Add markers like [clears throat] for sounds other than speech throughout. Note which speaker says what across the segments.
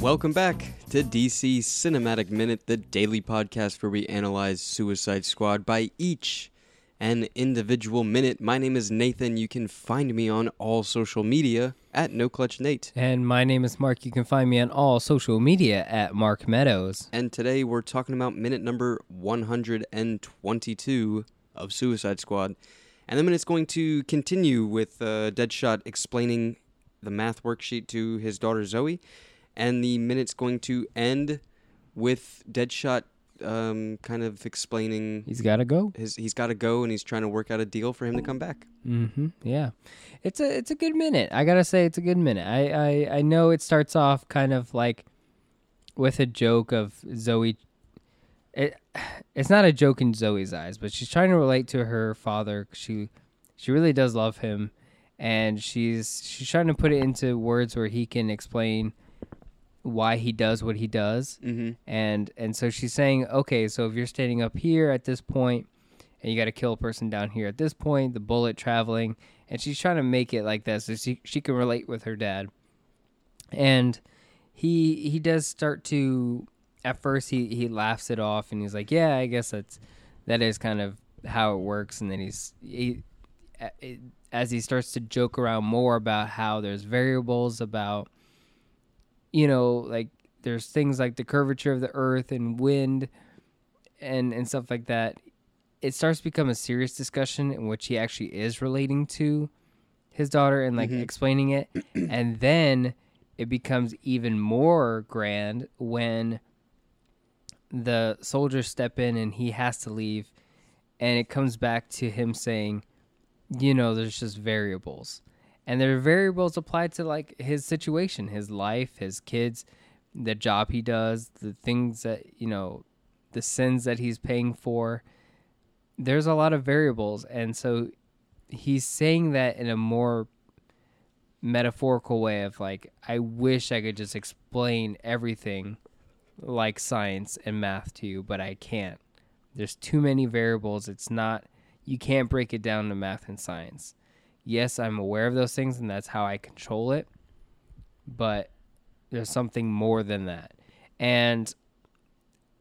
Speaker 1: Welcome back to DC Cinematic Minute, the daily podcast where we analyze Suicide Squad by each an individual minute. My name is Nathan. You can find me on all social media at No Clutch Nate.
Speaker 2: And my name is Mark. You can find me on all social media at Mark Meadows.
Speaker 1: And today we're talking about minute number 122 of Suicide Squad. And the minute's going to continue with uh, Deadshot explaining the math worksheet to his daughter Zoe. And the minute's going to end with Deadshot um, kind of explaining
Speaker 2: He's got to go.
Speaker 1: his he's got to go and he's trying to work out a deal for him to come back.
Speaker 2: Mm-hmm. Yeah, it's a it's a good minute. I gotta say, it's a good minute. I I, I know it starts off kind of like with a joke of Zoe. It it's not a joke in Zoe's eyes, but she's trying to relate to her father. She she really does love him, and she's she's trying to put it into words where he can explain why he does what he does.
Speaker 1: Mm-hmm.
Speaker 2: and and so she's saying okay so if you're standing up here at this point and you got to kill a person down here at this point the bullet traveling and she's trying to make it like that so she, she can relate with her dad and he he does start to at first he he laughs it off and he's like yeah i guess that's that is kind of how it works and then he's he a- it- as he starts to joke around more about how there's variables about you know like there's things like the curvature of the earth and wind and and stuff like that it starts to become a serious discussion in which he actually is relating to his daughter and like explaining it and then it becomes even more grand when the soldiers step in and he has to leave and it comes back to him saying you know there's just variables and there are variables applied to like his situation his life his kids the job he does the things that you know the sins that he's paying for there's a lot of variables and so he's saying that in a more metaphorical way of like i wish i could just explain everything like science and math to you but i can't there's too many variables it's not you can't break it down to math and science yes i'm aware of those things and that's how i control it but there's something more than that and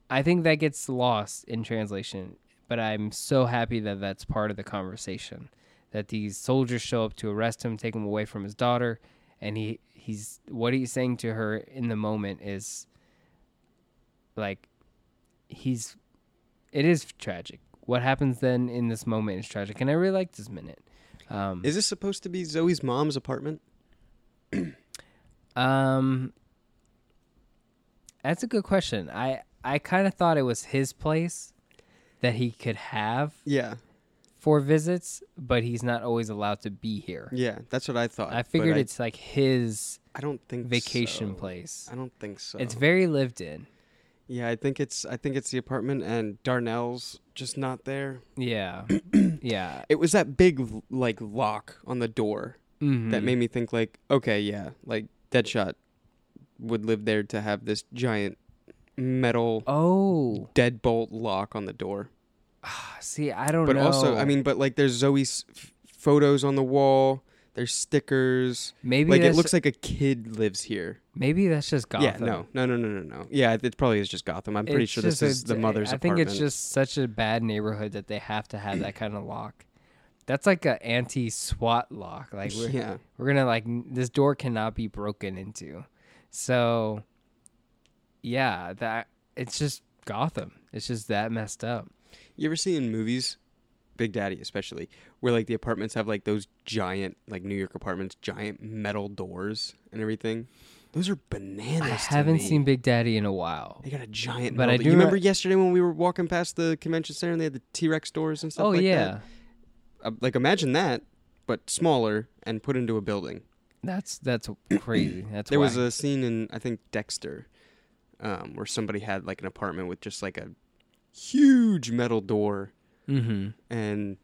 Speaker 2: i think that gets lost in translation but i'm so happy that that's part of the conversation that these soldiers show up to arrest him take him away from his daughter and he he's what he's saying to her in the moment is like he's it is tragic what happens then in this moment is tragic and i really like this minute um,
Speaker 1: Is this supposed to be Zoe's mom's apartment?
Speaker 2: Um, that's a good question. I I kind of thought it was his place that he could have
Speaker 1: Yeah,
Speaker 2: for visits, but he's not always allowed to be here.
Speaker 1: yeah, that's what I thought.
Speaker 2: I
Speaker 1: but
Speaker 2: figured
Speaker 1: I,
Speaker 2: it's like his
Speaker 1: I don't think
Speaker 2: vacation
Speaker 1: so.
Speaker 2: place.
Speaker 1: I don't think so.
Speaker 2: It's very lived in.
Speaker 1: yeah, I think it's I think it's the apartment and Darnell's just not there. [clears throat]
Speaker 2: Yeah, yeah.
Speaker 1: It was that big l- like lock on the door that
Speaker 2: Mhm.
Speaker 1: made me think like, okay, yeah, like Deadshot would live there to have this giant metal
Speaker 2: Oh,
Speaker 1: deadbolt lock on the door.
Speaker 2: see, I don't
Speaker 1: but
Speaker 2: know.
Speaker 1: also, I mean, but like there's Zoe's f- photos on the wall, there's stickers.
Speaker 2: maybe
Speaker 1: like it
Speaker 2: that's-
Speaker 1: looks like a kid lives here.
Speaker 2: maybe that's just
Speaker 1: Yeah,
Speaker 2: Gotham.
Speaker 1: no, no, no, no, no, no. Yeah, it, it probably is just Gotham. I'm pretty
Speaker 2: It's
Speaker 1: sure this
Speaker 2: just a
Speaker 1: is the
Speaker 2: d-
Speaker 1: mother's
Speaker 2: I think
Speaker 1: apartment.
Speaker 2: it's just such a bad neighborhood that they have to have that kind of lock. That's like a anti SWAT lock. Like we're
Speaker 1: yeah,
Speaker 2: we're gonna like n- this door cannot be broken into. So yeah, that it's just Gotham. It's just that messed up.
Speaker 1: you ever see in movies, Big Daddy especially, where like the apartments have like those giant, like New York apartments, giant metal doors and everything. Those are bananas.
Speaker 2: I
Speaker 1: to
Speaker 2: haven't
Speaker 1: me.
Speaker 2: seen Big Daddy in a while.
Speaker 1: They got a giant.
Speaker 2: But
Speaker 1: metal
Speaker 2: I
Speaker 1: door.
Speaker 2: do
Speaker 1: You
Speaker 2: re-
Speaker 1: remember yesterday when we were walking past the convention center and they had the T Rex doors and stuff.
Speaker 2: Oh
Speaker 1: like
Speaker 2: yeah,
Speaker 1: that? uh, like imagine that but smaller and put into a building
Speaker 2: that's that's [clears throat] crazy. That's
Speaker 1: there was
Speaker 2: whack.
Speaker 1: a scene in i think dexter um, where somebody had like an apartment with just like a huge metal door
Speaker 2: Mhm.
Speaker 1: and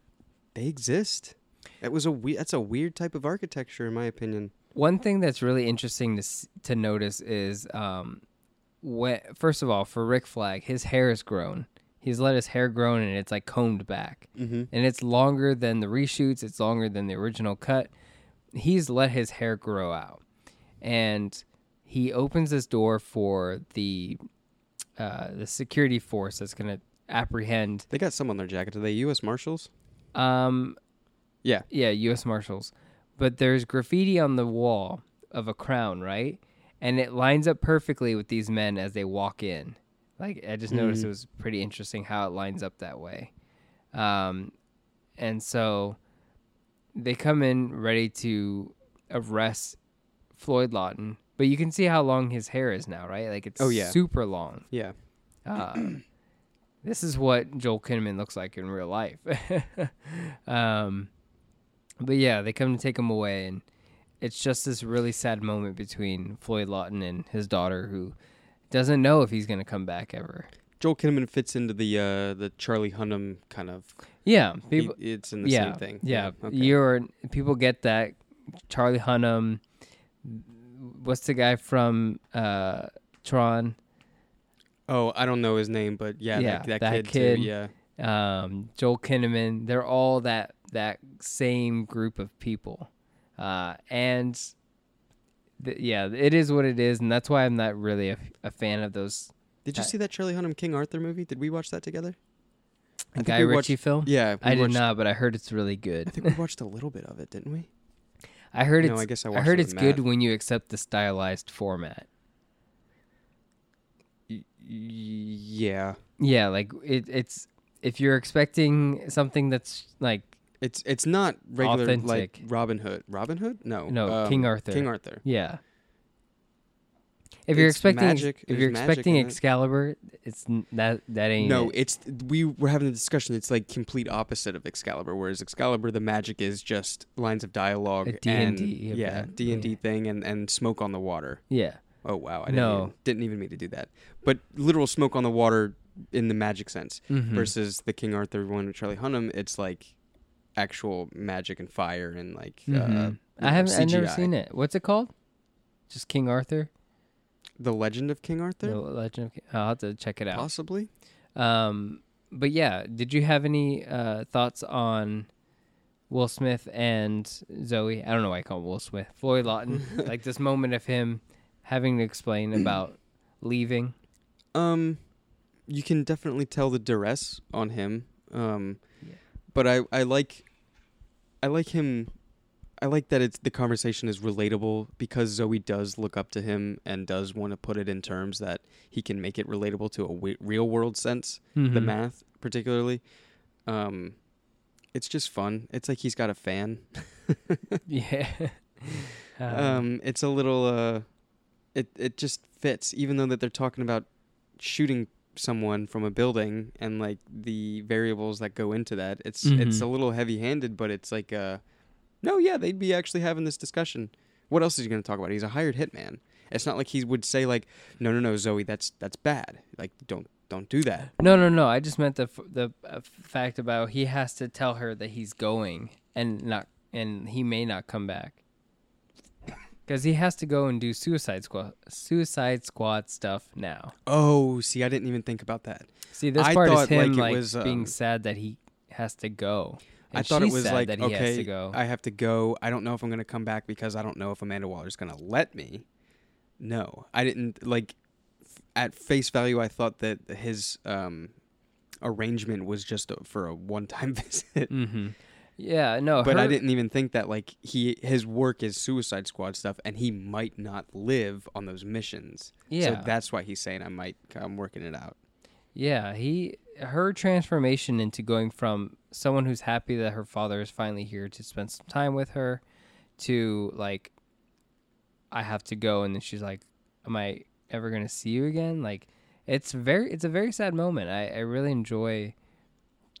Speaker 1: they exist that was a we- that's a weird type of architecture in my opinion
Speaker 2: One thing that's really interesting to s- to notice is um, when, first of all, for Rick Flag, his hair is grown. He's let his hair grow and it's like combed back,
Speaker 1: mm-hmm.
Speaker 2: and it's longer than the reshoots. It's longer than the original cut. He's let his hair grow out, and he opens this door for the uh, the security force that's going to apprehend
Speaker 1: They got some on their jacket. Are they U.S. Marshals?
Speaker 2: um,
Speaker 1: Yeah.
Speaker 2: yeah, U.S. Marshals. But there's graffiti on the wall of a crown, right? And it lines up perfectly with these men as they walk in. Like I just
Speaker 1: Mm-hmm.
Speaker 2: noticed it was pretty interesting how it lines up that way. Um, and so they come in ready to arrest Floyd Lawton, but you can see how long his hair is now, right? Like it's
Speaker 1: Oh, yeah.
Speaker 2: super long.
Speaker 1: Yeah.
Speaker 2: Um, [clears throat] this is what Joel Kinnaman looks like in real life. [laughs] um, but yeah, they come to take him away, and it's just this really sad moment between Floyd Lawton and his daughter, who doesn't know if he's going to come back ever.
Speaker 1: Joel Kinnaman fits into the uh, the Charlie Hunnam kind of.
Speaker 2: Yeah,
Speaker 1: he-
Speaker 2: people.
Speaker 1: it's in the
Speaker 2: yeah,
Speaker 1: same thing.
Speaker 2: yeah.
Speaker 1: Okay.
Speaker 2: You're people get that Charlie Hunnam. What's the guy from uh, Tron?
Speaker 1: oh, I don't know his name, but yeah,
Speaker 2: Yeah,
Speaker 1: that, that,
Speaker 2: that
Speaker 1: kid,
Speaker 2: kid.
Speaker 1: too. Yeah.
Speaker 2: um, Joel Kinnaman. They're all that that same group of people, uh, and th- yeah, it is what it is, and that's why I'm not really a, a fan of those
Speaker 1: Did you
Speaker 2: That-
Speaker 1: see that Charlie Hunnam King Arthur movie? Did we watch that together? I think
Speaker 2: Guy
Speaker 1: we
Speaker 2: Ritchie
Speaker 1: watched-
Speaker 2: film.
Speaker 1: Yeah, we
Speaker 2: I did
Speaker 1: watched-
Speaker 2: not, but I heard it's really good.
Speaker 1: I think we watched a little bit of it, didn't we?
Speaker 2: I heard
Speaker 1: No,
Speaker 2: it's.
Speaker 1: I guess I
Speaker 2: I,
Speaker 1: watched
Speaker 2: heard
Speaker 1: it
Speaker 2: it's
Speaker 1: with
Speaker 2: good
Speaker 1: Matt.
Speaker 2: when you accept the stylized format.
Speaker 1: Y- yeah,
Speaker 2: Yeah, like it, it's if you're expecting something that's like
Speaker 1: it's it's not regular like
Speaker 2: Authentic.
Speaker 1: Robin Hood. Robin Hood? No, Um,
Speaker 2: No, King Arthur.
Speaker 1: King Arthur.
Speaker 2: yeah. If you're
Speaker 1: It's
Speaker 2: expecting,
Speaker 1: magic.
Speaker 2: if you're
Speaker 1: There's magic
Speaker 2: expecting
Speaker 1: in it.
Speaker 2: Excalibur, it's n- that that ain't
Speaker 1: No,
Speaker 2: it.
Speaker 1: it's we were having a discussion. It's like complete opposite of Excalibur. Whereas Excalibur, the magic is just lines of dialogue
Speaker 2: A
Speaker 1: and
Speaker 2: D&D
Speaker 1: yeah,
Speaker 2: event.
Speaker 1: D and D thing, and and smoke on the water.
Speaker 2: Yeah.
Speaker 1: Oh wow, I didn't,
Speaker 2: No.
Speaker 1: even, didn't even mean to do that. But literal smoke on the water in the magic sense
Speaker 2: Mm-hmm.
Speaker 1: versus the King Arthur one with Charlie Hunnam. It's like actual magic and fire and like uh,
Speaker 2: Mhm.
Speaker 1: you know,
Speaker 2: I haven't. I've never
Speaker 1: CGI.
Speaker 2: seen it. What's it called? Just King Arthur.
Speaker 1: The Legend of King Arthur,
Speaker 2: The Legend. Of King. I'll have to check it out.
Speaker 1: possibly.
Speaker 2: Um, but yeah, did you have any uh, thoughts on Will Smith and Zoe? I don't know why I call him Will Smith. Floyd Lawton. like this moment of him having to explain about leaving.
Speaker 1: Um, you can definitely tell the duress on him. Um,
Speaker 2: Yeah.
Speaker 1: but I I like, I like him. I like that it's the conversation is relatable because Zoe does look up to him and does want to put it in terms that he can make it relatable to a w- real world sense. The
Speaker 2: Mhm.
Speaker 1: math, particularly, um, it's just fun. It's like he's got a fan.
Speaker 2: [laughs] Yeah. um,
Speaker 1: um, it's a little uh, it it just fits, even though that they're talking about shooting someone from a building and like the variables that go into that. It's it's
Speaker 2: Mhm.
Speaker 1: a little heavy handed, but it's like uh, no, yeah, they'd be actually having this discussion. What else is he going to talk about? He's a hired hitman. It's not like he would say like, no, no, no, Zoe, that's that's bad. Like, don't don't do that.
Speaker 2: No, no, no. I just meant the f- the uh, f- fact about he has to tell her that he's going and not and he may not come back. Cuz he has to go and do suicide squad suicide squad stuff now.
Speaker 1: Oh, see, I didn't even think about that.
Speaker 2: See, this
Speaker 1: I
Speaker 2: part is
Speaker 1: thought, like,
Speaker 2: him
Speaker 1: it
Speaker 2: like,
Speaker 1: was,
Speaker 2: being
Speaker 1: um,
Speaker 2: sad that he has to go.
Speaker 1: I
Speaker 2: And
Speaker 1: thought it
Speaker 2: she's
Speaker 1: was
Speaker 2: sad
Speaker 1: like
Speaker 2: that he
Speaker 1: okay,
Speaker 2: has to go.
Speaker 1: I have to go. I don't know if I'm going to come back because I don't know if Amanda Waller's going to let me. No, I didn't like f- at face value. I thought that his um, arrangement was just a, for a one-time [laughs] visit,
Speaker 2: mhm. Yeah, no.
Speaker 1: but I
Speaker 2: her-
Speaker 1: didn't even think that like he his work is Suicide Squad stuff, and he might not live on those missions.
Speaker 2: Yeah.
Speaker 1: so that's why he's saying I might. I'm working it out.
Speaker 2: Yeah, he her transformation into going from someone who's happy that her father is finally here to spend some time with her to like I have to go and then she's like am I ever going to see you again? Like it's very it's a very sad moment. I I really enjoy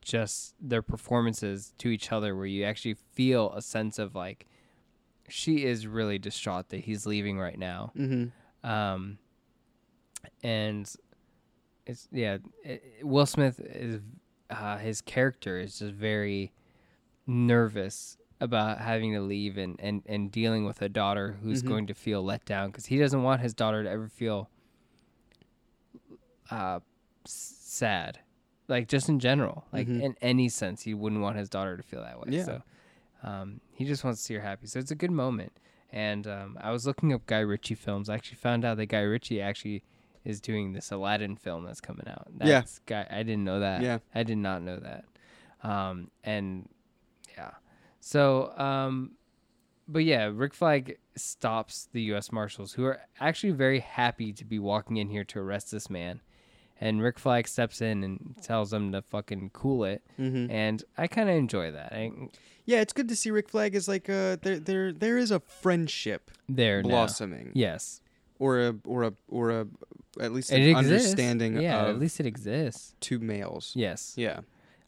Speaker 2: just their performances to each other where you actually feel a sense of like she is really distraught that he's leaving right now
Speaker 1: Mm-hmm.
Speaker 2: um, and it's yeah, it, it- Will Smith is uh, his character is just very nervous about having to leave and and and dealing with a daughter who's
Speaker 1: Mhm.
Speaker 2: going to feel let down because he doesn't want his daughter to ever feel uh s- sad like just in general like
Speaker 1: Mhm.
Speaker 2: in any sense he wouldn't want his daughter to feel that way
Speaker 1: Yeah.
Speaker 2: so um he just wants to see her happy so it's a good moment And um, I was looking up Guy Ritchie films. I actually found out that Guy Ritchie actually is doing this Aladdin film that's coming out.
Speaker 1: Yeah.
Speaker 2: That's Guy. I didn't know that.
Speaker 1: Yeah.
Speaker 2: I did not know that. Um, and yeah. So, um, but yeah, Rick Flag stops the U.S. Marshals, who are actually very happy to be walking in here to arrest this man. And Rick Flag steps in and tells them to fucking cool it.
Speaker 1: Mm-hmm.
Speaker 2: And I kind of enjoy that. I,
Speaker 1: Yeah, it's good to see Rick Flag is like uh there there there is a friendship
Speaker 2: there now.
Speaker 1: blossoming.
Speaker 2: Yes.
Speaker 1: Or a or a or a at least
Speaker 2: It
Speaker 1: an
Speaker 2: exists.
Speaker 1: understanding
Speaker 2: yeah,
Speaker 1: of
Speaker 2: at least it exists.
Speaker 1: two males.
Speaker 2: Yes.
Speaker 1: Yeah.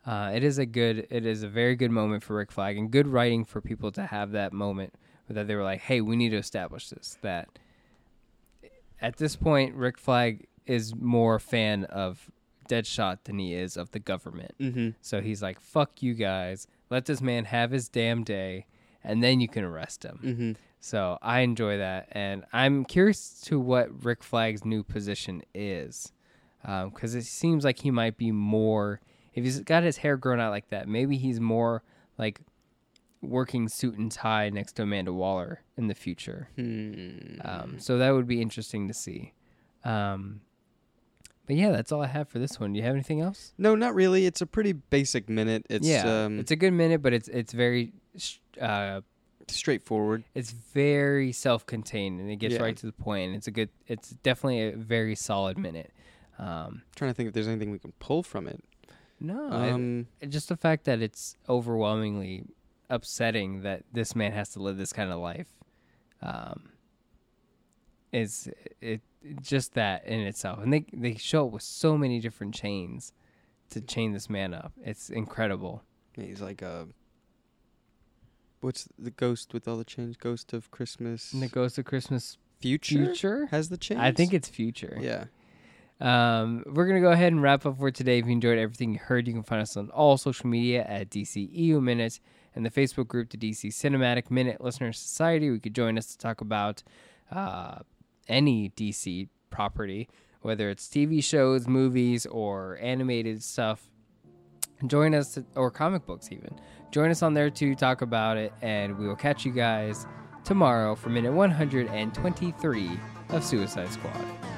Speaker 2: Uh, it is a good, it is a very good moment for Rick Flag and good writing for people to have that moment that they were like, hey, we need to establish this. That at this point, Rick Flag is more a fan of Deadshot than he is of the government.
Speaker 1: Mm-hmm.
Speaker 2: So he's like, fuck you guys. Let this man have his damn day and then you can arrest him.
Speaker 1: Mm-hmm.
Speaker 2: So I enjoy that, and I'm curious to what Rick Flag's new position is, because um, it seems like he might be more. If he's got his hair grown out like that, maybe he's more like working suit and tie next to Amanda Waller in the future.
Speaker 1: Hmm.
Speaker 2: Um, so that would be interesting to see. Um, but yeah, that's all I have for this one. Do you have anything else?
Speaker 1: No, not really. It's a pretty basic minute. It's
Speaker 2: yeah,
Speaker 1: um
Speaker 2: it's a good minute, but it's it's very sh- uh,
Speaker 1: straightforward.
Speaker 2: it's very self-contained and it gets
Speaker 1: Yeah.
Speaker 2: right to the point and it's a good it's definitely a very solid minute um
Speaker 1: trying to think if there's anything we can pull from it.
Speaker 2: no Oh, I-
Speaker 1: Um
Speaker 2: just the fact that it's overwhelmingly upsetting that this man has to live this kind of life um is it, it just that in itself and they they show it with so many different chains to chain this man up it's incredible
Speaker 1: he's like a What's the ghost with all the chains? Ghost of Christmas
Speaker 2: and it goes to christmas
Speaker 1: Future
Speaker 2: future
Speaker 1: has the chains.
Speaker 2: i think it's future
Speaker 1: yeah.
Speaker 2: Um, we're gonna go ahead and wrap up for today. If you enjoyed everything you heard, you can find us on all social media at DCEU Minute and the Facebook group, the DC Cinematic Minute Listener Society. We could join us to talk about uh, any DC property, whether it's TV shows, movies, or animated stuff. Join us or comic books even. Join us on there to talk about it, and we will catch you guys tomorrow for minute 123 of Suicide Squad.